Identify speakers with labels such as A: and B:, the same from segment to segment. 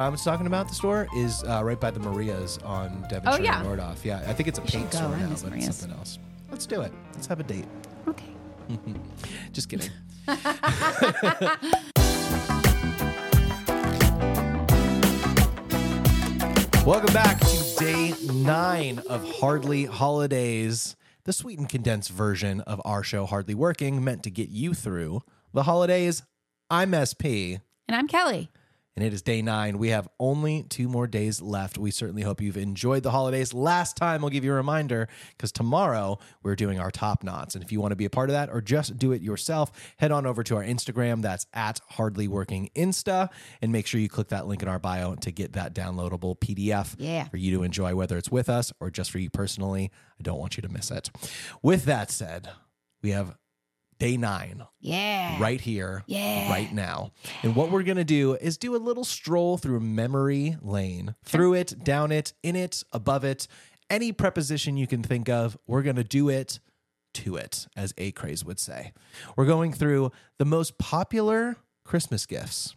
A: I was talking about the store is uh, right by the Marias on Devonshire
B: Oh, yeah.
A: and Nordoff. Yeah, I think it's a paint
B: go.
A: store
B: I
A: now,
B: miss
A: but it's
B: Maria's.
A: something else. Let's do it. Let's have a date.
B: Okay.
A: Just kidding. Welcome back to day nine of Hardly Holidays, the sweet and condensed version of our show, Hardly Working, meant to get you through the holidays. I'm SP.
B: And I'm Kelly.
A: And it is day nine. We have only two more days left. We certainly hope you've enjoyed the holidays. Last time, we'll give you a reminder because tomorrow we're doing our top knots. And if you want to be a part of that or just do it yourself, head on over to our Instagram. That's at Hardly Working Insta. And make sure you click that link in our bio to get that downloadable PDF
B: Yeah.
A: for you to enjoy, whether it's with us or just for you personally. I don't want you to miss it. With that said, we have day nine
B: Yeah.
A: right here,
B: Yeah.
A: right now. And what we're going to do is do a little stroll through memory lane, through it, down it, in it, above it, any preposition you can think of. We're going to do it to it, as A Craze would say. We're going through the most popular Christmas gifts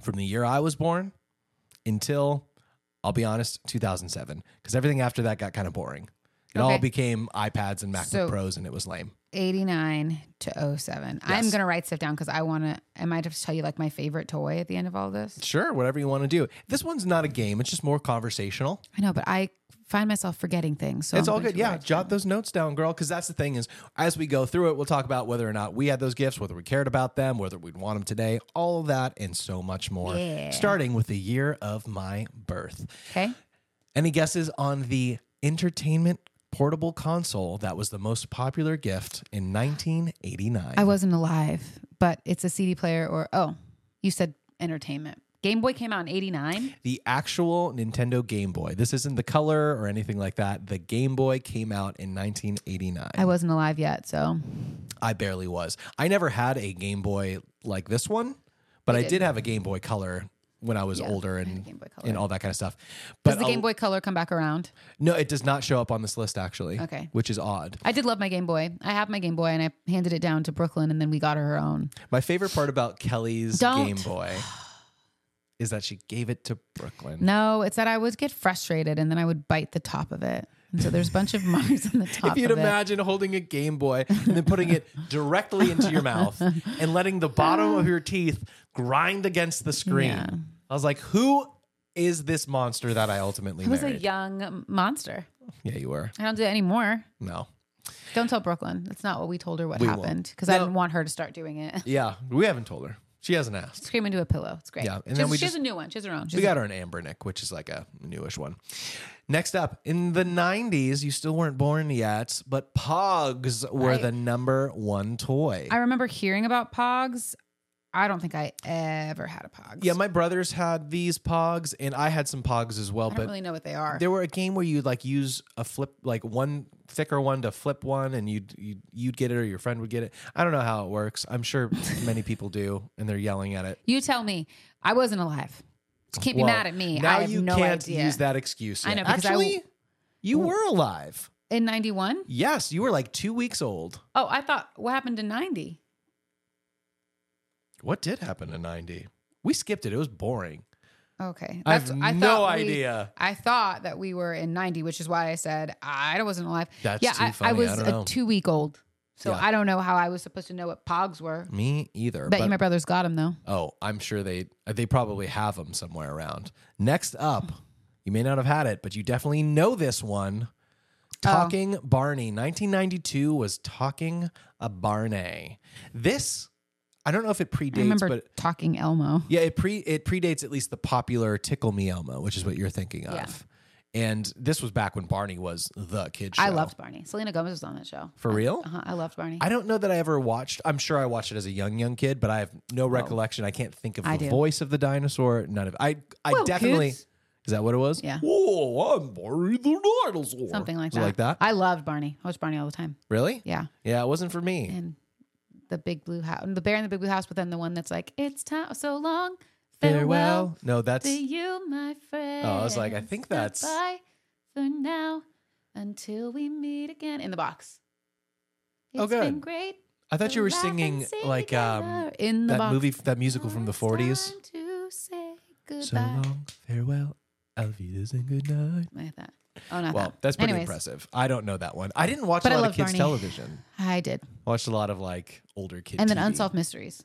A: from the year I was born until, I'll be honest, 2007, because everything after that got kind of boring. It all
B: Okay.
A: became iPads and MacBook
B: So-
A: Pros, and it was lame.
B: 89 to 07. I'm
A: Yes.
B: going to write stuff down because I want to, I might have to tell you like my favorite toy at the end of all this.
A: Sure, whatever you want to do. This one's not a game, it's just more conversational.
B: I know, but I find myself forgetting things. So
A: It's
B: I'm
A: all
B: going
A: good.
B: to
A: Yeah,
B: write
A: jot those notes down, girl, because that's the thing is as we go through it, we'll talk about whether or not we had those gifts, whether we cared about them, whether we'd want them today, all of that and so much more.
B: Yeah.
A: Starting with the year of my birth.
B: Okay.
A: Any guesses on the entertainment portable console that was the most popular gift in 1989?
B: I wasn't alive, but it's a CD player or, oh, you said entertainment. Game Boy came out in 89.
A: the actual Nintendo Game Boy. This isn't the color or anything like that. The Game Boy came out in 1989.
B: I wasn't alive yet. So
A: I barely was. I never had a Game Boy like this one, but I did have a Game Boy Color when I was
B: Yeah,
A: older
B: I had a
A: and
B: Game Boy Color.
A: and all that kind of stuff.
B: does
A: But
B: the Game
A: a-
B: Boy Color come back around?
A: no, it does not show up on this list actually.
B: Okay.
A: which is odd.
B: I did love my Game Boy. I have my Game Boy and I handed it down to Brooklyn and then we got her her own.
A: My favorite part about Kelly's
B: Don't.
A: Game Boy is that she gave it to Brooklyn.
B: No, it's that I would get frustrated and then I would bite the top of it. And so there's a bunch of marks on the top
A: If you'd
B: of it.
A: imagine holding a Game Boy and then putting it directly into your mouth and letting the bottom of your teeth grind against the screen,
B: Yeah.
A: I was like, "Who is this monster that I ultimately
B: I was a
A: married?"
B: young monster.
A: yeah, you were.
B: I don't do that anymore.
A: No,
B: Don't tell Brooklyn. That's not what we told her what
A: We won't.
B: happened because I
A: No.
B: didn't want her to start doing it.
A: Yeah, we haven't told her. She hasn't asked.
B: Scream into a pillow. It's great.
A: Yeah, and
B: She's-
A: then we
B: she has
A: just-
B: a new one. She has her own. She's
A: We got her an Ambernick, which is like a newish one. Next up, in the 90s, you still weren't born yet, but Pogs were
B: I-
A: the number one toy.
B: I remember hearing about Pogs. I don't think I ever had a Pogs.
A: yeah, my brothers had these Pogs, and I had some Pogs as well,
B: I don't
A: but
B: really know what they are.
A: there were a game where you'd like use a flip, like one thicker one to flip one, and you'd, you'd, you'd get it or your friend would get it. I don't know how it works. I'm sure many people do, and they're yelling at it.
B: You tell me. I wasn't alive. You can't be
A: Well,
B: mad at me.
A: Now
B: I have
A: you
B: no
A: can't
B: idea.
A: use that excuse.
B: I
A: yet.
B: know, because I
A: Actually,
B: will-
A: you were alive.
B: In 91?
A: Yes, you were like two weeks old.
B: Oh, I thought what happened in 90?
A: What did happen to 90? We skipped it. It was boring.
B: Okay.
A: I have
B: That's-
A: no
B: thought we-
A: idea.
B: I thought that we were in 90, which is why I said I wasn't alive.
A: That's
B: yeah,
A: too
B: I,
A: funny. I
B: I was
A: don't
B: a
A: know.
B: two week old. So
A: Yeah.
B: I don't know how I was supposed to know what pogs were.
A: Me either.
B: Bet you my brothers got them though.
A: oh, I'm sure they they probably have them somewhere around. Next up, you may not have had it, but you definitely know this one.
B: Oh.
A: Talking Barney. 1992 was Talking a Barney. This, I don't know if it
B: I
A: predates,
B: remember
A: but
B: talking Elmo.
A: Yeah, it pre it predates at least the popular Tickle Me Elmo, which is what you're thinking of.
B: Yeah.
A: And this was back when Barney was the kid show.
B: I loved Barney. Selena Gomez was on that show.
A: for real.
B: Uh-huh, I loved Barney.
A: I don't know that I ever watched. I'm sure I watched it as a young young kid, but I have no recollection. I can't think of
B: I
A: the
B: do.
A: voice of the dinosaur. None of I. I
B: Whoa,
A: definitely.
B: kids.
A: Is that what it was?
B: Yeah.
A: Oh, I'm Barney the dinosaur.
B: Something like
A: Was it
B: that.
A: Like that.
B: I loved Barney. I watched Barney all the time.
A: really?
B: Yeah.
A: Yeah, it wasn't for me.
B: And the big blue house. The bear in the big blue house, but then the one that's like, It's time so long. farewell.
A: Farewell. No, that's
B: to you, my friend.
A: Oh, I was like, I think that's-
B: Goodbye for now until we meet again in the box.
A: Oh,
B: It's been
A: good.
B: great.
A: I thought you were
B: to laugh and
A: singing
B: sing
A: like um
B: together in the
A: that
B: box.
A: movie that musical from the
B: Now
A: 40s.
B: it's time to say Goodbye.
A: So long, farewell, Alvida's and good night.
B: Like that. Oh, not
A: Well,
B: that.
A: that's pretty
B: Anyways,
A: impressive. I don't know that one. I didn't watch
B: But I
A: a lot of
B: love
A: kids
B: Barney.
A: television.
B: I did.
A: Watched a lot of like older kids.
B: and then Unsolved Mysteries.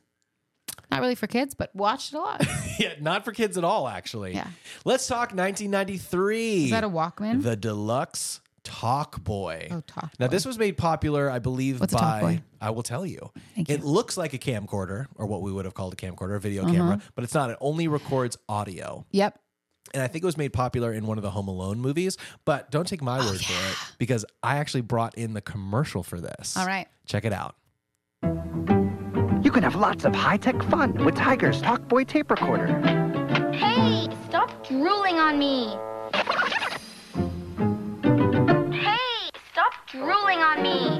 B: Not really for kids, but watched it a lot.
A: yeah, not for kids at all. Actually,
B: Yeah.
A: Let's talk 1993.
B: Is that a Walkman?
A: the deluxe Talk Boy.
B: oh, talk.
A: Now,
B: Boy.
A: this was made popular, I believe,
B: What's a
A: by
B: Talk Boy?
A: I will tell you.
B: Thank
A: it looks like a camcorder, or what we would have called a camcorder, a video
B: Uh-huh.
A: camera, but it's not. It only records audio,
B: Yep.
A: and I think it was made popular in one of the Home Alone movies. But don't take
B: Oh,
A: my word for it, because I actually brought in the commercial for this.
B: All right.
A: check it out.
C: You can have lots of high-tech fun with Tiger's Talkboy tape recorder.
D: Hey, stop drooling on me. Hey, stop drooling on me.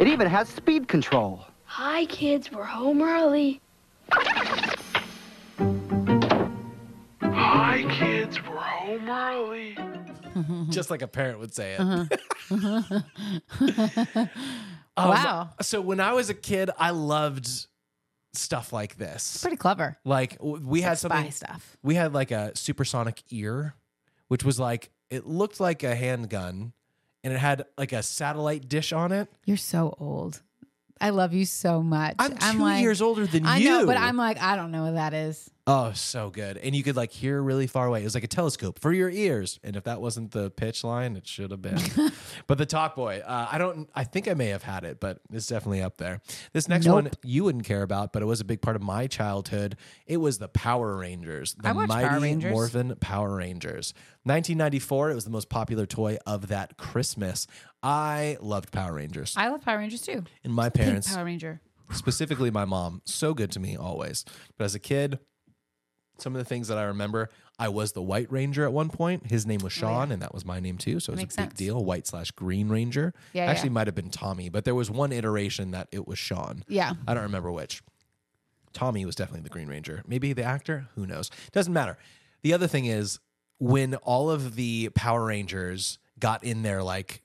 C: It even has speed control.
D: Hi, kids, we're home early.
E: Hi, kids, we're home early.
B: Mm-hmm.
A: Just like a parent would say it. Um,
B: Uh-huh. wow.
A: So when I was a kid, I loved stuff like this.
B: Pretty clever.
A: Like w- we had
B: Spy
A: something
B: stuff.
A: we had like a supersonic ear, which was like it looked like a handgun, and it had like a satellite dish on it.
B: You're so old. I love you so much.
A: I'm, two
B: like,
A: years older than
B: I
A: you.
B: know, but I'm like, I don't know what that is.
A: oh so good, and you could like hear really far away. It was like a telescope for your ears, and if that wasn't the pitch line, it should have been. but the Talk Boy, uh, I don't. I think I may have had it, but it's definitely up there. This next
B: Nope.
A: one you wouldn't care about, but it was a big part of my childhood. It was the Power Rangers, the
B: I watched
A: Mighty
B: Power Rangers.
A: Morphin Morphin Power Rangers. 1994, it was the most popular toy of that Christmas. I loved Power Rangers.
B: I love Power Rangers too.
A: and my
B: Pink
A: parents,
B: Power Ranger.
A: specifically my mom, so good to me always. But as a kid, some of the things that I remember, I was the White Ranger at one point. His name was Sean, and that was my name too. So it was
B: Oh, Makes
A: a big
B: sense.
A: deal. White slash Green Ranger.
B: Yeah,
A: Actually,
B: yeah.
A: might have been Tommy, but there was one iteration that it was Sean.
B: Yeah.
A: I don't remember which. Tommy was definitely the Green Ranger. Maybe the actor, who knows? Doesn't matter. The other thing is when all of the Power Rangers got in their like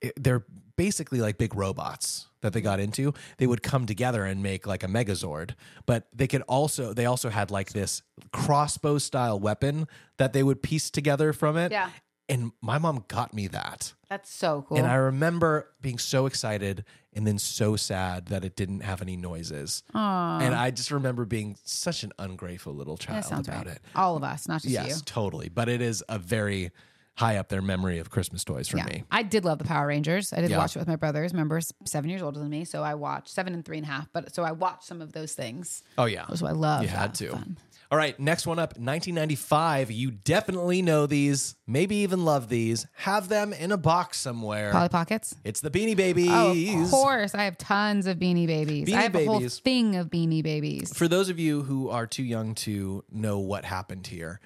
A: it- they're basically like big robots that they got into, they would come together and make like a megazord. But they could also they also had like this crossbow style weapon that they would piece together from it.
B: Yeah.
A: And my mom got me that.
B: That's so cool.
A: And I remember being so excited and then so sad that it didn't have any noises.
B: Aw.
A: And I just remember being such an ungrateful little child
B: Uh-huh. that sounds
A: about
B: right.
A: it.
B: All of us, not just
A: Yes,
B: you.
A: totally. But it is a very high up there memory of Christmas toys for
B: Yeah.
A: me.
B: I did love the Power Rangers. I did
A: Yeah.
B: watch it with my brothers. Remember, s- seven years older than me. So I watched seven and three and a half. But so I watched some of those things.
A: Oh yeah.
B: That's what I love.
A: You had to. All right, next one up, 1995. You definitely know these, maybe even love these. Have them in a box somewhere.
B: Polly Pockets.
A: It's the Beanie Babies.
B: Oh, of course. I have tons of beanie babies.
A: Beanie
B: I have a whole
A: Babies.
B: thing of beanie babies.
A: For those of you who are too young to know what happened here,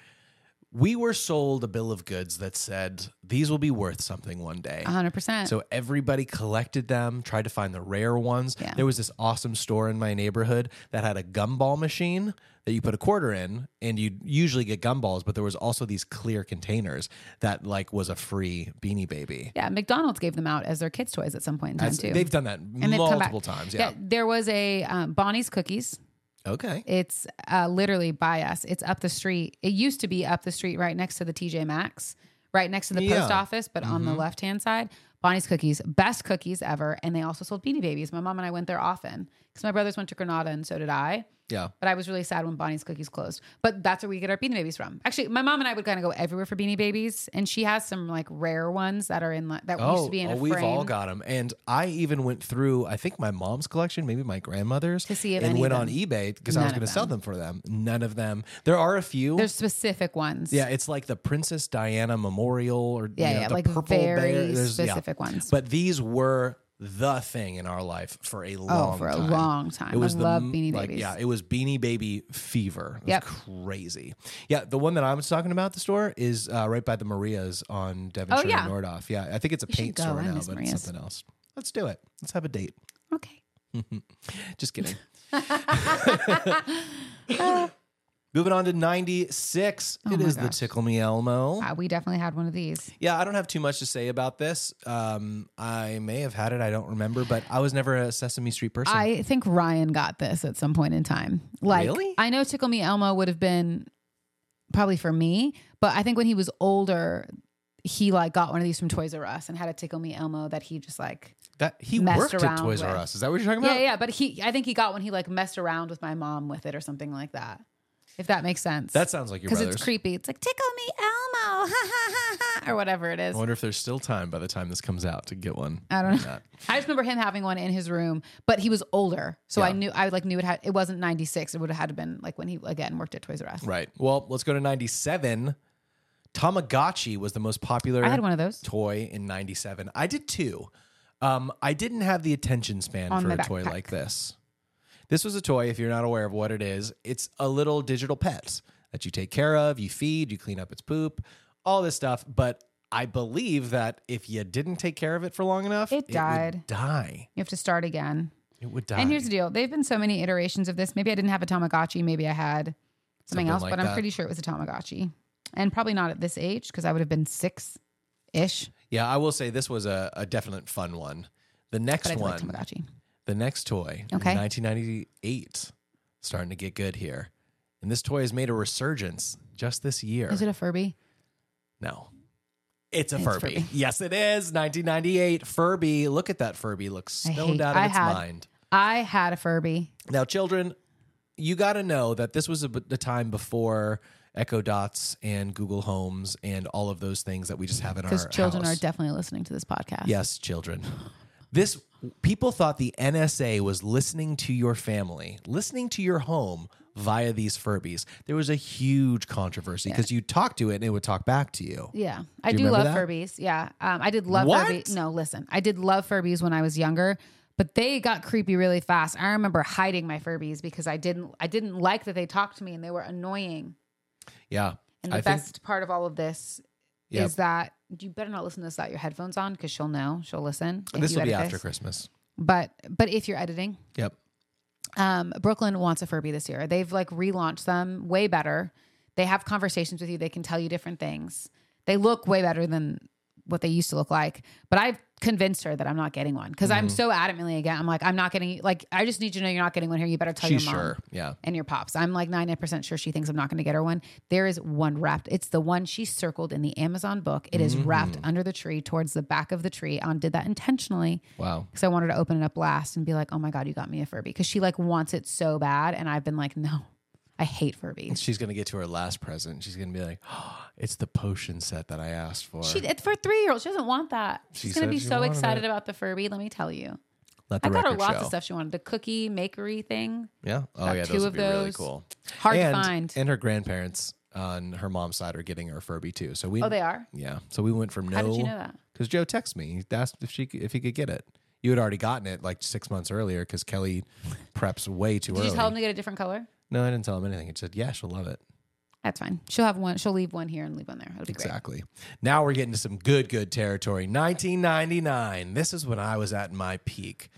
A: we were sold a bill of goods that said these will be worth something one day.
B: Ah. 100%.
A: So everybody collected them, tried to find the rare ones.
B: Yeah.
A: There was this awesome store in my neighborhood that had a gumball machine that you put a quarter in and you'd usually get gumballs, but there was also these clear containers that like was a free beanie baby.
B: yeah, McDonald's gave them out as their kids' toys at some point in time,
A: That's-
B: too.
A: They've done that
B: they've come back.
A: multiple times. Yeah.
B: There was a um, Bonnie's Cookies.
A: Okay.
B: It's uh, literally by us. It's up the street. It used to be up the street right next to the TJ Maxx, right next to the
A: Yeah. Mm-hmm.
B: post office, but on the left hand side. Bonnie's Cookies, best cookies ever. And they also sold Beanie Babies. My mom and I went there often because my brothers went to Granada and so did I.
A: Yeah.
B: But I was really sad when Bonnie's Cookies closed. But that's where we get our Beanie Babies from. Actually, my mom and I would kind of go everywhere for Beanie Babies, and she has some like rare ones that are in like, that used to be in a
A: Oh, we've
B: frame.
A: all got them. And I even went through, I think my mom's collection, maybe my grandmother's,
B: To see if
A: and
B: any
A: went
B: of
A: on
B: them-
A: eBay because I
B: none
A: was
B: of
A: going to sell
B: them.
A: them for them. None of them. There are a few.
B: There's specific ones.
A: yeah, it's like the Princess Diana Memorial or you
B: yeah,
A: know,
B: yeah,
A: the
B: like
A: Purple
B: very
A: Bear. There's- yeah.
B: specific ones.
A: But these were the thing in our life for a long
B: oh, for a
A: time.
B: long time.
A: It was
B: I
A: the,
B: love
A: m-
B: Beanie
A: like,
B: Babies.
A: yeah, it was Beanie Baby fever. It was
B: Yep.
A: crazy. Yeah, the one that I was talking about the store is uh, right by the Maria's on Devonshire
B: Oh, yeah.
A: and Nordoff. Yeah, I think it's a
B: should
A: paint
B: go.
A: store
B: I
A: now,
B: miss
A: but
B: Maria's.
A: it's something else. Let's do it. Let's have a date.
B: Okay.
A: Just kidding. Moving on to 96.
B: Oh
A: it
B: my
A: is the
B: gosh.
A: Tickle Me Elmo.
B: Uh, we definitely had one of these.
A: Yeah, I don't have too much to say about this. Um, I may have had it, I don't remember, but I was never a Sesame Street person.
B: I think Ryan got this at some point in time. Like,
A: Really?
B: I know Tickle Me Elmo would have been probably for me, but I think when he was older, he like got one of these from Toys R Us and had a Tickle Me Elmo that he just like
A: that he
B: messed
A: worked at
B: around
A: Toys R
B: with.
A: Us. Is that what you're talking
B: yeah
A: about?
B: yeah. But he I think he got one he like messed around with my mom with it or something like that. If that makes sense,
A: That sounds like your
B: because
A: brothers.
B: it's creepy. It's like Tickle Me Elmo, ha ha ha ha, or whatever it is.
A: I wonder if there's still time by the time this comes out to get one.
B: I don't know.
A: Not.
B: I just remember him having one in his room, but he was older, so I knew I like knew it had it wasn't ninety six. It would have had to been like when he again worked at Toys R Us.
A: Right. Well, let's go to 97. Tamagotchi was the most popular
B: I had one of those.
A: toy in 97. I did too. Um, I didn't have the attention span
B: On
A: for
B: my
A: a toy
B: backpack.
A: like this. This was a toy, if you're not aware of what it is, it's a little digital pet that you take care of, you feed, you clean up its poop, all this stuff. But I believe that if you didn't take care of it for long enough,
B: It
A: would
B: died.
A: die.
B: You have to start again.
A: It would die.
B: And here's the deal: they've been so many iterations of this. Maybe I didn't have a Tamagotchi. Maybe I had something,
A: Something
B: else,
A: like
B: but
A: that.
B: I'm pretty sure it was a Tamagotchi, and probably not at this age because I would have been six ish.
A: yeah, I will say this was a, a definite fun one. The
B: But I
A: next
B: did like
A: one.
B: Tamagotchi.
A: The next toy, in
B: Okay.
A: 1998, starting to get good here. And this toy has made a resurgence just this year.
B: Is it a Furby?
A: no. It's a
B: It's
A: Furby.
B: Furby.
A: Yes, it is. 1998 Furby. Look at that Furby. Looks
B: I
A: stoned
B: hate-
A: out of
B: I
A: its
B: had-
A: mind.
B: I had a Furby.
A: Now, children, you got to know that this was a, the time before Echo Dots and Google Homes and all of those things that we just have in our
B: Because children
A: house.
B: are definitely listening to this podcast.
A: Yes, children. This people thought the NSA was listening to your family, listening to your home via these Furbies. There was a huge controversy because you talked to it and it would talk back to you.
B: Yeah, I
A: Do
B: do,
A: you
B: love
A: remember that?
B: Furbies. Yeah, um, I did love
A: What?
B: Furbies. No, listen, I did love Furbies when I was younger, but they got creepy really fast. I remember hiding my Furbies because I didn't, I didn't like that they talked to me and they were annoying.
A: Yeah.
B: And the
A: I think-
B: best part of all of this
A: Yeah.
B: is that you better not listen to this without your headphones on because she'll know, she'll listen. if
A: this
B: you
A: will be
B: edit
A: after
B: this.
A: Christmas.
B: But but if you're editing,
A: Yep.
B: um, Brooklyn wants a Furby this year. They've like relaunched them way better. They have conversations with you. They can tell you different things. They look way better than what they used to look like. But I've convinced her that I'm not getting one because I'm
A: Mm-hmm.
B: so adamantly again. I'm like, I'm not getting like I just need you to know you're not getting one here. You better tell
A: She's
B: your mom
A: sure. Yeah.
B: and your pops. I'm like 99% sure she thinks I'm not going to get her one. There is one wrapped. It's the one she circled in the Amazon book. It
A: Mm-hmm.
B: is wrapped under the tree towards the back of the tree. On did that intentionally
A: Wow.
B: because I wanted to open it up last and be like, "Oh my god, you got me a Furby," because she like wants it so bad, and I've been like, "No, I hate Furbies."
A: She's gonna get to her last present. She's gonna be like, oh, "It's the potion set that I asked for."
B: She it's for three year old. She doesn't want that.
A: She
B: She's gonna
A: said
B: be
A: she
B: so
A: wanted
B: excited
A: it.
B: about the Furby. Let me tell you,
A: Let the
B: I got her
A: record
B: lots
A: show.
B: of stuff she wanted. The cookie makery thing,
A: Yeah. Oh
B: Got
A: yeah.
B: two
A: those
B: of
A: would be really
B: those.
A: cool.
B: hard
A: and,
B: to find.
A: And her grandparents on her mom's side are getting her a Furby too. So we
B: oh, they are.
A: Yeah. So we went from no.
B: How did you know that?
A: Because Joe texted me, he asked if she could- if he could get it. You had already gotten it like six months earlier because Kelly preps way too
B: Did
A: early.
B: you tell them to get a different color?
A: no, I didn't tell him anything. It said, yeah, she'll love it.
B: That's fine. She'll have one. She'll leave one here and leave one there. It'll be great.
A: Exactly. Now we're getting to some good, good territory. 1999. This is when I was at my peak.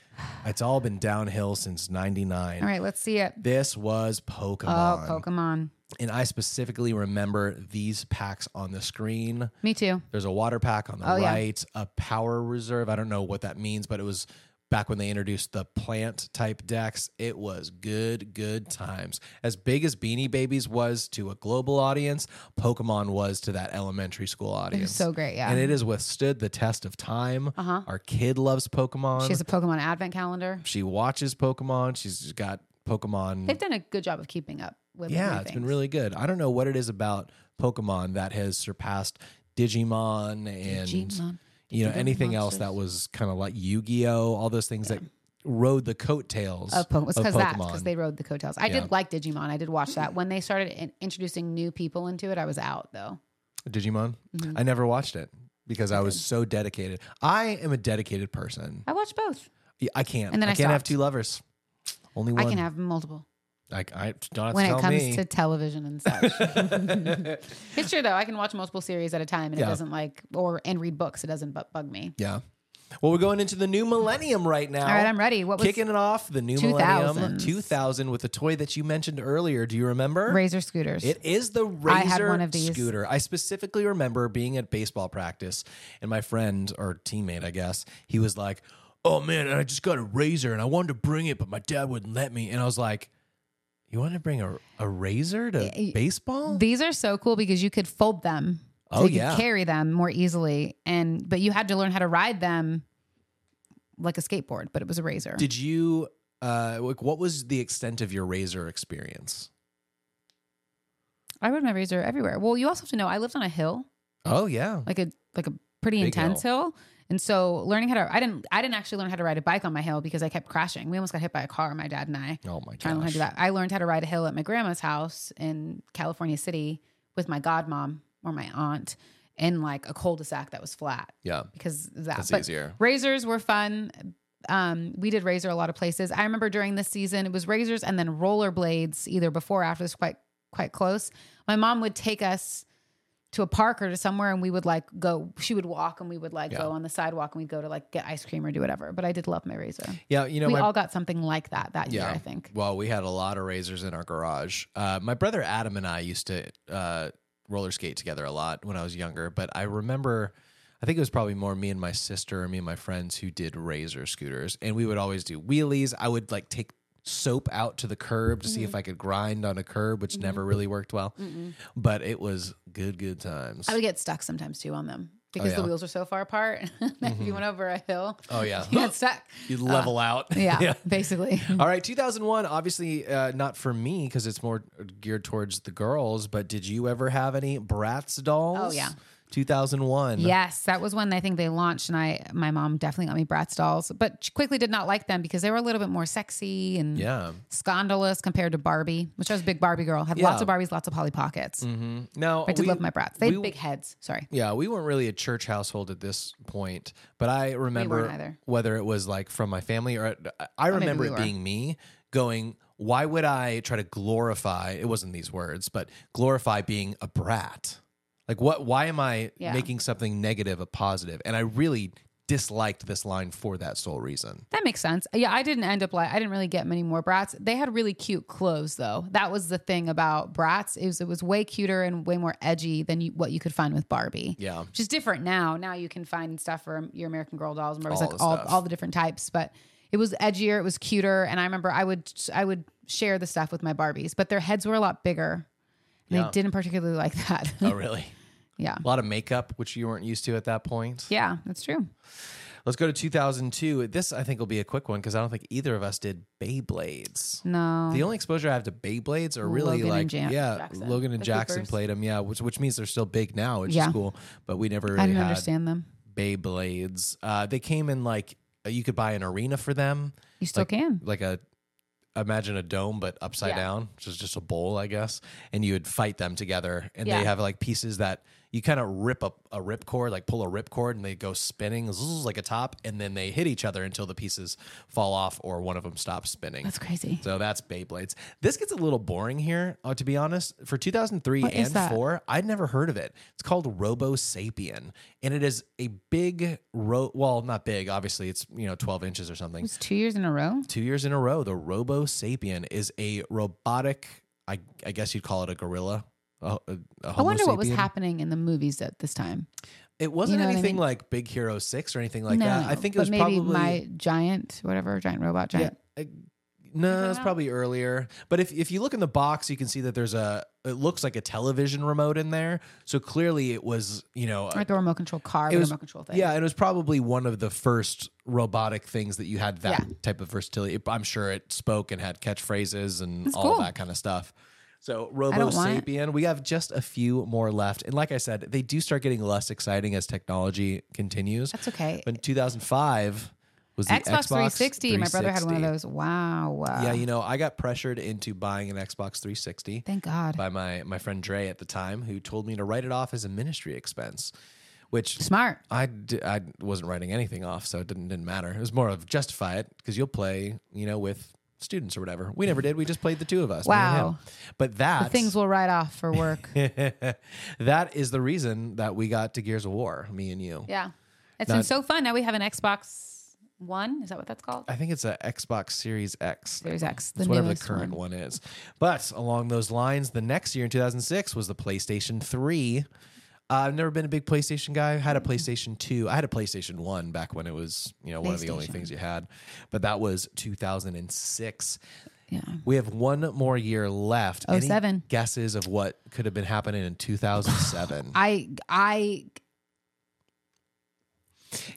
A: It's all been downhill since 99.
B: All right, let's see it.
A: This was Pokemon.
B: Oh, Pokemon.
A: And I specifically remember these packs on the screen.
B: Me too.
A: There's a water pack on the
B: Oh, yeah.
A: right, a power reserve. I don't know what that means, but it was back when they introduced the plant type decks. It was good, good times. As big as Beanie Babies was to a global audience, Pokemon was to that elementary school
B: It was
A: audience.
B: so great. Yeah.
A: And it has withstood the test of time.
B: Uh-huh.
A: Our kid loves Pokemon.
B: she has a Pokemon advent calendar.
A: she watches Pokemon. She's got Pokemon.
B: They've done a good job of keeping up with.
A: Yeah,
B: new
A: it's been
B: things.
A: really good. I don't know what it is about Pokemon that has surpassed Digimon and
B: Digimon.
A: you know
B: Digimon
A: anything else that
B: monsters.
A: was kind of like Yu-Gi-Oh, all those things that rode the coattails
B: of Oh, Pokemon. It's
A: of
B: because that
A: oh, Pokemon.
B: because they rode the coattails. I
A: Yeah.
B: did like Digimon. I did watch that when they started in- introducing new people into it. I was out though.
A: Digimon.
B: Mm-hmm.
A: I never watched it because I was so dedicated. I am a dedicated person.
B: I watched both.
A: Yeah, I can't.
B: And then
A: I,
B: I
A: can't have
B: stopped.
A: two lovers. Only
B: I
A: one.
B: can have multiple
A: I, I don't
B: when
A: tell
B: it comes
A: me.
B: to television and such. it's true though. I can watch multiple series at a time, and
A: Yeah.
B: it doesn't like or and read books. It doesn't bu- bug me.
A: yeah. Well, we're going into the new millennium right now.
B: All right, I'm ready. What was
A: Kicking it off, the new millennium
B: 2000s.
A: 2000 with a toy that you mentioned earlier. Do you remember?
B: Razor scooters?
A: It is the razor
B: I had one of these.
A: scooter. I specifically remember being at baseball practice, and my friend or teammate, I guess, he was like, "Oh man, I just got a razor, and I wanted to bring it, but my dad wouldn't let me." And I was like, "You want to bring a, a razor to
B: y-
A: baseball?"
B: These are so cool because you could fold them. So
A: Oh,
B: you could
A: yeah.
B: carry them more easily, and but you had to learn how to ride them like a skateboard. But it was a razor.
A: Did you? Uh, like, what was the extent of your razor experience?
B: I rode my razor everywhere. Well, you also have to know I lived on a hill,
A: Oh yeah,
B: like a like a pretty
A: Big
B: intense hill. and so learning how to I didn't I didn't actually learn how to ride a bike on my hill because I kept crashing. We almost got hit by a car, my dad and I.
A: oh my
B: trying to learn how
A: gosh.
B: to do that. I learned how to ride a hill at my grandma's house in California City with my godmom or my aunt in like a cul-de-sac that was flat
A: Yeah,
B: because of that.
A: that's
B: But
A: easier.
B: razors were fun. Um, we did razor a lot of places. I remember during this season it was razors and then rollerblades either before or after this quite quite close. My mom would take us to a park or to somewhere and we would like go she would walk and we would like
A: Yeah.
B: go on the sidewalk and we'd go to like get ice cream or do whatever. But I did love my razor.
A: Yeah, you know,
B: we
A: my
B: all got something like that that year, I think.
A: Well, we had a lot of razors in our garage. Uh, my brother Adam and I used to uh, roller skate together a lot when I was younger, but I remember. I think it was probably more me and my sister or me and my friends who did razor scooters. And we would always do wheelies. I would like take soap out to the curb to see
B: Mm-hmm.
A: if I could grind on a curb, which never really worked well. But it was good, good times.
B: I would get stuck sometimes too on them
A: Oh,
B: because
A: yeah. Mm-hmm.
B: the wheels are so far apart. if you went over a hill,
A: oh, yeah.
B: you got stuck.
A: You'd level out.
B: Uh, Yeah, basically.
A: All right, 2001, obviously uh, not for me because it's more geared towards the girls, but did you ever have any Bratz dolls?
B: Oh, yeah.
A: 2001.
B: Yes, that was when I think they launched, and I my mom definitely got me Bratz dolls, but she quickly did not like them because they were a little bit more sexy and
A: Yeah.
B: scandalous compared to Barbie, which I was a big Barbie girl. Had lots
A: Yeah.
B: of Barbies, lots of Polly Pockets.
A: Now,
B: But I did
A: we-
B: love my Bratz. They had
A: we-
B: big heads. Sorry.
A: Yeah, we weren't really a church household at this point, but I remember
B: either.
A: whether it was like from my family or uh, I- I
B: maybe
A: remember
B: we
A: it
B: were.
A: being me going, why would I try to glorify? It wasn't these words, but glorify being a brat. Like what? Why am I
B: Yeah.
A: making something negative a positive? And I really disliked this line for that sole reason.
B: That makes sense. Yeah, I didn't end up like I didn't really get many more brats. They had really cute clothes though. That was the thing about brats is it was way cuter and way more edgy than you, what you could find with Barbie.
A: Yeah.
B: Which is different now. Now you can find stuff for your American Girl dolls and Barbie's
A: All
B: like
A: the
B: all,
A: stuff.
B: all the different types, but it was edgier, it was cuter, and I remember I would I would share the stuff with my Barbies, but their heads were a lot bigger. And
A: Yeah.
B: I didn't particularly like that.
A: Oh, really?
B: yeah.
A: A lot of makeup, which you weren't used to at that point.
B: Yeah, that's true.
A: Let's go to 2002. This, I think, will be a quick one because I don't think either of us did Beyblades.
B: No.
A: The only exposure I have to Beyblades are really
B: Logan and
A: like
B: Jan-
A: yeah,
B: Jackson.
A: Logan and
B: The
A: Jackson
B: Coopers.
A: played them. Yeah, which which means they're still big now, which
B: Yeah.
A: is cool. But we never really
B: I didn't
A: had
B: understand them.
A: Beyblades. Uh, they came in like uh, you could buy an arena for them,
B: You still can.
A: like a imagine a dome but upside
B: Yeah.
A: down, which is just a bowl, I guess. And you would fight them together, and
B: Yeah.
A: they have like pieces that. You kind of rip a, a rip cord, like pull a rip cord, and they go spinning zzz, like a top, and then they hit each other until the pieces fall off or one of them stops spinning.
B: That's crazy.
A: So that's Beyblades. This gets a little boring here, uh, to be honest. For 2003
B: What is
A: and
B: that?
A: 4, I'd never heard of it. It's called Robo Sapien, and it is a big ro. Well, not big, obviously. It's you know 12 inches or
B: It
A: something.
B: was two years in a row.
A: Two years in a row, the Robo Sapien is a robotic. I, I guess you'd call it a gorilla. a- a- a
B: I
A: Homo
B: wonder what was
A: sapien.
B: happening in the movies at this time.
A: It wasn't
B: You know what I
A: anything
B: mean?
A: like Big Hero Six or anything like that. I think it
B: but
A: was
B: maybe
A: probably
B: my giant, whatever, giant robot,
A: Yeah.
B: giant.
A: I- No,
B: don't
A: it's
B: know.
A: probably earlier. But if if you look in the box, you can see that there's a it looks like a television remote in there. So clearly it was, you know, a-
B: Like a remote control car,
A: it
B: but a
A: was-
B: remote control thing.
A: yeah, and it was probably one of the first robotic things that you had that type of versatility. It- I'm sure it spoke and had catchphrases and all
B: cool.
A: that kind of stuff. So Robo
B: want it.
A: Sapien, we have just a few more left. And like I said, they do start getting less exciting as technology continues.
B: That's okay.
A: But in 2005 was the
B: Xbox,
A: Xbox,
B: 360. My brother had one of
A: 360.
B: those. Wow.
A: Yeah, you know, I got pressured into buying an Xbox 360
B: Thank God.
A: by my my friend Dre at the time, who told me to write it off as a ministry expense, which
B: Smart.
A: I, d- I wasn't writing anything off, so it didn't didn't matter. It was more of justify it because you'll play, you know, with students or whatever. We never did. We just played the two of us. me and
B: Wow.
A: him. But that
B: Things will write off for work.
A: that is the reason that we got to Gears of War, me and you.
B: yeah. It's been
A: Not-
B: so fun. Now we have an Xbox One. Is that what that's called?
A: I think it's a Xbox Series X.
B: Series X, the
A: It's whatever the
B: newest
A: current
B: one.
A: one. is. But along those lines, the next year in 2006 was the PlayStation 3. Uh, I've never been a big PlayStation guy. I
B: Mm-hmm.
A: had a PlayStation 2. I had a PlayStation 1 back when it was, you know, one of the only
B: PlayStation.
A: things you had. But that was 2006.
B: Yeah.
A: We have one more year
B: Oh,
A: left. Any
B: 07.
A: guesses of what could have been happening in 2007?
B: I I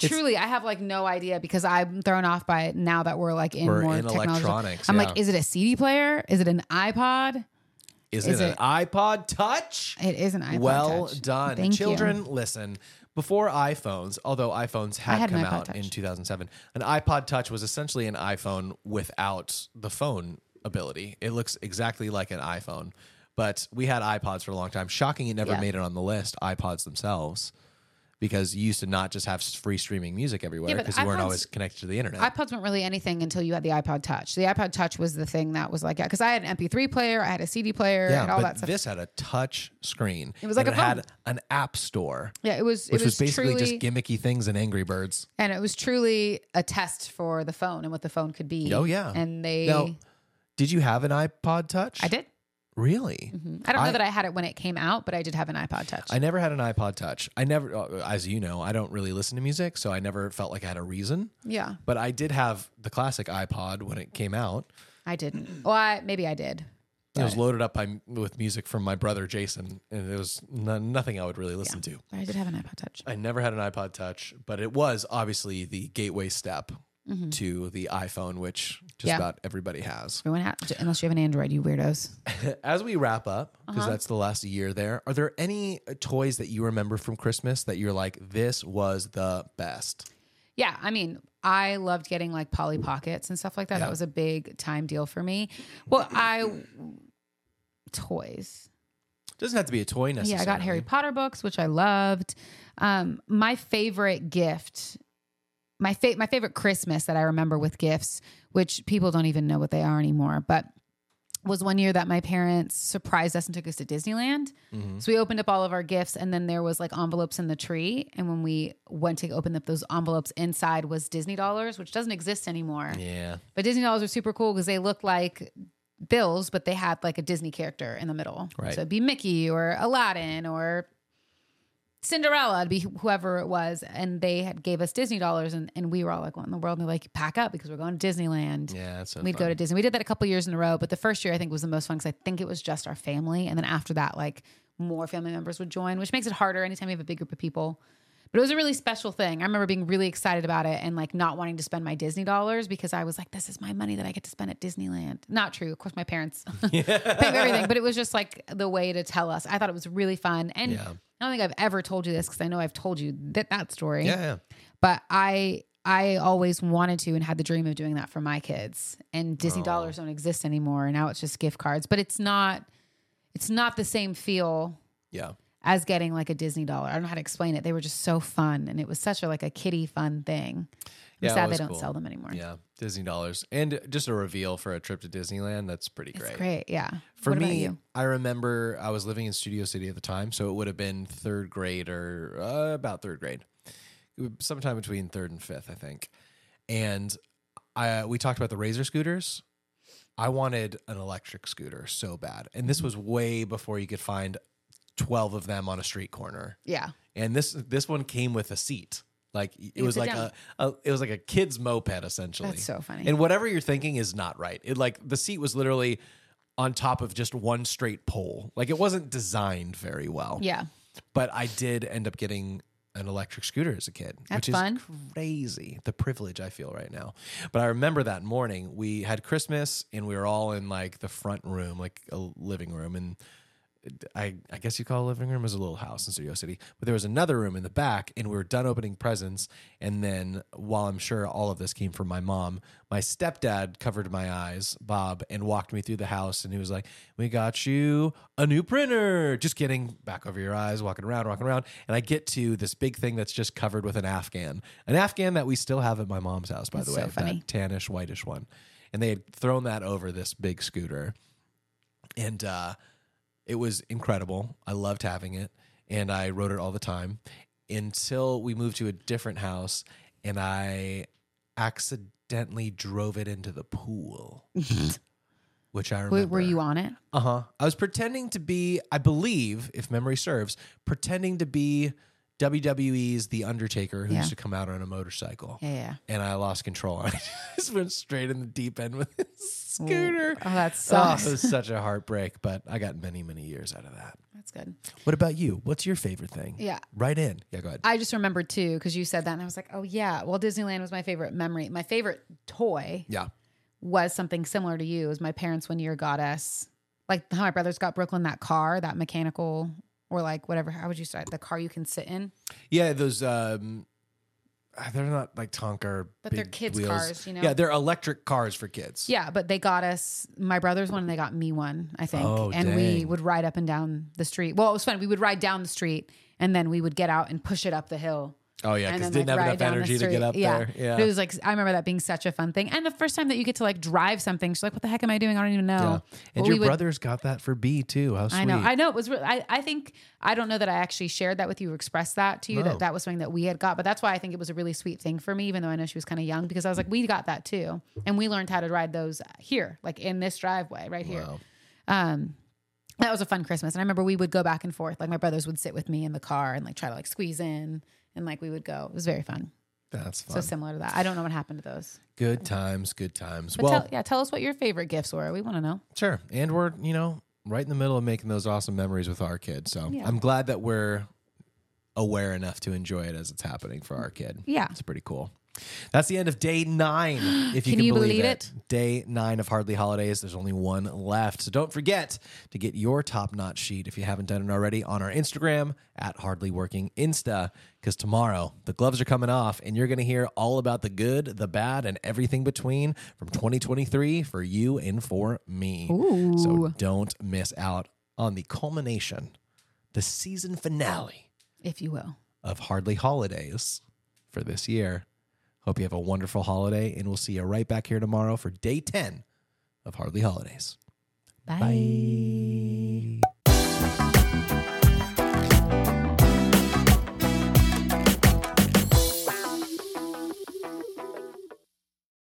B: truly I have like no idea because I'm thrown off by it now that we're like in
A: We're
B: more
A: in
B: technology.
A: electronics,
B: I'm
A: yeah.
B: like, is it a CD player? Is it an iPod?
A: is,
B: is
A: it an
B: it-
A: iPod Touch?
B: It is an iPod.
A: well
B: Touch.
A: done
B: Thank you.
A: children listen before iphones although iphones had,
B: had an
A: come
B: iPod
A: out
B: Touch.
A: in 2007 an ipod touch was essentially an iphone without the phone ability it looks exactly like an iphone but we had ipods for a long time shocking it never
B: Yeah.
A: made it on the list ipods themselves because you used to not just have free streaming music everywhere
B: Yeah, but
A: because you weren't
B: iPods-
A: always connected to the internet
B: iPods weren't really anything until you had the iPod Touch. The iPod Touch was the thing that was like, yeah, because I had an MP3 player, I had a CD player,
A: yeah
B: and all
A: but
B: that stuff.
A: this had a touch screen
B: It was like
A: and
B: a
A: it had
B: phone.
A: an app store
B: yeah, it was.
A: which
B: it
A: was,
B: was,
A: basically
B: truly,
A: just gimmicky things and angry birds
B: and it was truly a test for the phone and what the phone could be.
A: Oh, yeah.
B: and they,
A: Now, did you have an iPod Touch?
B: I did.
A: Really?
B: Mhm. I don't know
A: I-
B: that I had it when it came out, but I did have an iPod Touch.
A: I never had an iPod Touch. I never, uh, as you know, I don't really listen to music, so I never felt like I had a reason.
B: yeah,
A: But I did have the classic iPod when it came out.
B: I didn't. Well, I, maybe I did.
A: It was loaded up by, with music from my brother Jason, and it was n- nothing I would really listen to.
B: But I did have an iPod Touch.
A: I never had an iPod Touch, but it was obviously the gateway step to the iPhone, which just
B: Mm-hmm. Yeah.
A: about everybody has.
B: Everyone had, unless you have an Android, you weirdos.
A: As we wrap up, because
B: Uh-huh.
A: that's the last year there, are there any uh, toys that you remember from Christmas that you're like, this was the best?
B: Yeah, I mean, I loved getting like Polly Pockets and stuff like that.
A: Yeah.
B: That was a big time deal for me. Well, I toys.
A: Doesn't have to be a toy
B: Yeah,
A: necessarily.
B: I got Harry Potter books, which I loved. Um, my favorite gift, my fa- my favorite Christmas that I remember with gifts, which people don't even know what they are anymore, but was one year that my parents surprised us and took us to Disneyland.
A: Mhm.
B: So we opened up all of our gifts and then there was like envelopes in the tree. And when we went to open up those envelopes, inside was Disney dollars, which doesn't exist anymore.
A: Yeah.
B: But Disney dolls are super cool because they look like bills, but they had like a Disney character in the middle.
A: Right.
B: So it'd be Mickey or Aladdin or Cinderella, it'd be wh- whoever it was. And they had gave us Disney dollars and, and we were all like, what in the world? And they're like, pack up because we're going to Disneyland.
A: Yeah, that's so
B: We'd go to Disney. We did that a couple years in a row, but the first year I think was the most fun because I think it was just our family. And then after that, like more family members would join, which makes it harder anytime you have a big group of people. But it was a really special thing. I remember being really excited about it and like not wanting to spend my Disney dollars because I was like, this is my money that I get to spend at Disneyland. Not true. Of course, my parents pay for everything, but it was just like the way to tell us. I thought it was really fun. And
A: Yeah.
B: I don't think I've ever told you this because I know I've told you that, that story
A: Yeah, yeah.
B: but I I always wanted to and had the dream of doing that for my kids. And
A: Oh.
B: Disney dollars don't exist anymore. And now it's just gift cards, but it's not it's not the same feel
A: Yeah.
B: as getting like a Disney dollar. I don't know how to explain it. They were just so fun and it was such a like a kiddie fun thing. I'm
A: Yeah, it
B: sad they
A: was
B: don't
A: cool.
B: sell them anymore.
A: Yeah. Disney dollars. And just a reveal for a trip to Disneyland. That's pretty
B: It's
A: great.
B: great. Yeah.
A: For
B: what about
A: me,
B: you?
A: I remember I was living in Studio City at the time, so it would have been third grade or uh, about third grade, It would- sometime between third and fifth, I think. And I we talked about the Razor scooters. I wanted an electric scooter so bad, and this was way before you could find twelve of them on a street corner.
B: Yeah.
A: And this this one came with a seat, like it
B: could
A: was
B: sit
A: like
B: down.
A: a, a it was like a kid's moped essentially.
B: That's so funny.
A: And whatever you're thinking is not right. It like the seat was literally on top of just one straight pole. Like it wasn't designed very well.
B: yeah.
A: But I did end up getting an electric scooter as a kid, which
B: That's
A: is
B: fun.
A: crazy. The privilege I feel right now. But I remember that morning we had Christmas and we were all in like the front room, like a living room, and I, I guess you call a living room is a little house in Studio City, but there was another room in the back, and we were done opening presents. And then, while I'm sure all of this came from my mom, my stepdad covered my eyes, Bob, and walked me through the house. And he was like, "We got you a new printer." Just kidding. Back over your eyes, walking around, walking around, and I get to this big thing that's just covered with an afghan, an afghan that we still have at my mom's house, by
B: That's
A: the way,
B: so funny.
A: that tannish, whitish one. And they had thrown that over this big scooter, and uh, it was incredible. I loved having it, and I rode it all the time. until we moved to a different house and I accidentally drove it into the pool, which I remember.
B: Were, were you on it?
A: Uh huh. I was pretending to be, I believe, if memory serves, pretending to be WWE's The Undertaker who
B: Yeah.
A: used to come out on a motorcycle.
B: Yeah, yeah.
A: And I lost control. I just went straight in the deep end with this scooter.
B: Oh, that
A: Oh,
B: sucks.
A: it was such a heartbreak, but I got many, many years out of that.
B: That's good.
A: What about you? What's your favorite thing?
B: Yeah.
A: Right in. Yeah, go ahead.
B: I just remembered too because you said that, and I was like, oh yeah. Well, Disneyland was my favorite memory. My favorite toy
A: yeah.
B: was something similar to you. Is my parents one year got us like how my brothers got Brooklyn that car, that mechanical or like whatever. How would you say it? the car you can sit in?
A: Yeah, those um ah, they're not like Tonka,
B: But they're
A: big
B: kids'
A: wheels.
B: cars, you know?
A: Yeah, they're electric cars for kids.
B: Yeah, but they got us my brothers one and they got me one, I think.
A: Oh,
B: and we
A: dang.
B: would ride up and down the street. Well, it was fun. We would ride down the street and then we would get out and push it up the hill.
A: Oh yeah,
B: and
A: because
B: then
A: didn't have
B: like ride
A: enough
B: down the
A: energy to get
B: street.
A: up there. Yeah.
B: But it was like I remember that being such a fun thing. And the first time that you get to like drive something, she's like, "What the heck am I doing? I don't even
A: Yeah.
B: know." But
A: And
B: we
A: your
B: would-
A: brothers got that for B too. How sweet.
B: I know. I know. It was. Really, I. I think. I don't know that I actually shared that with you or expressed that to you.
A: No.
B: That that was something that we had got. But that's why I think it was a really sweet thing for me, even though I know she was kind of young, because I was like, we got that too, and we learned how to ride those here, like in this driveway right here.
A: Wow.
B: Um, that was a fun Christmas, and I remember we would go back and forth. Like my brothers would sit with me in the car and like try to like squeeze in, and like we would go. It was very fun.
A: That's
B: So
A: fun.
B: similar to that. I don't know what happened to those.
A: good times, good times.
B: But
A: well,
B: tell, yeah, tell us what your favorite gifts were. We want to know.
A: Sure. And we're, you know, right in the middle of making those awesome memories with our kid. So I'm glad that we're aware enough to enjoy it as it's happening for our kid.
B: Yeah.
A: It's pretty cool. That's the end of day nine, if you can,
B: Can you
A: believe,
B: believe
A: it. Day nine of Hardly Holidays. There's only one left. So don't forget to get your top notch sheet if you haven't done it already on our Instagram at Hardly Working Insta, because tomorrow the gloves are coming off and you're going to hear all about the good, the bad, and everything between from 2023 for you and for me. So don't miss out on the culmination, the season finale
B: If you will.
A: of Hardly Holidays for this year. Hope you have a wonderful holiday, and we'll see you right back here tomorrow for day 10 of Hardly Holidays.
B: Bye.
A: Bye.